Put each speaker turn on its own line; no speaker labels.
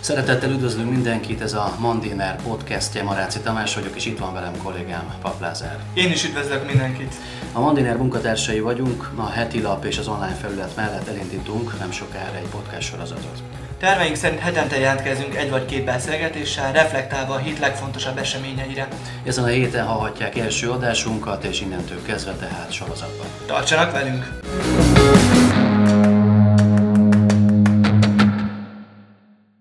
Szeretettel üdvözlünk mindenkit, ez a Mandiner podcastje, Maráci Tamás vagyok, és itt van velem kollégám Pap Lázár.
Én is üdvözlök mindenkit.
A Mandiner munkatársai vagyunk, a heti lap és az online felület mellett elindítunk nem sokára egy podcast sorozatot.
Terveink szerint hetente jelentkezünk egy vagy két beszélgetéssel, reflektálva a hét legfontosabb eseményeire.
Ezen a héten hallhatják első adásunkat, és innentől kezdve tehát sorozatban.
Tartsanak velünk!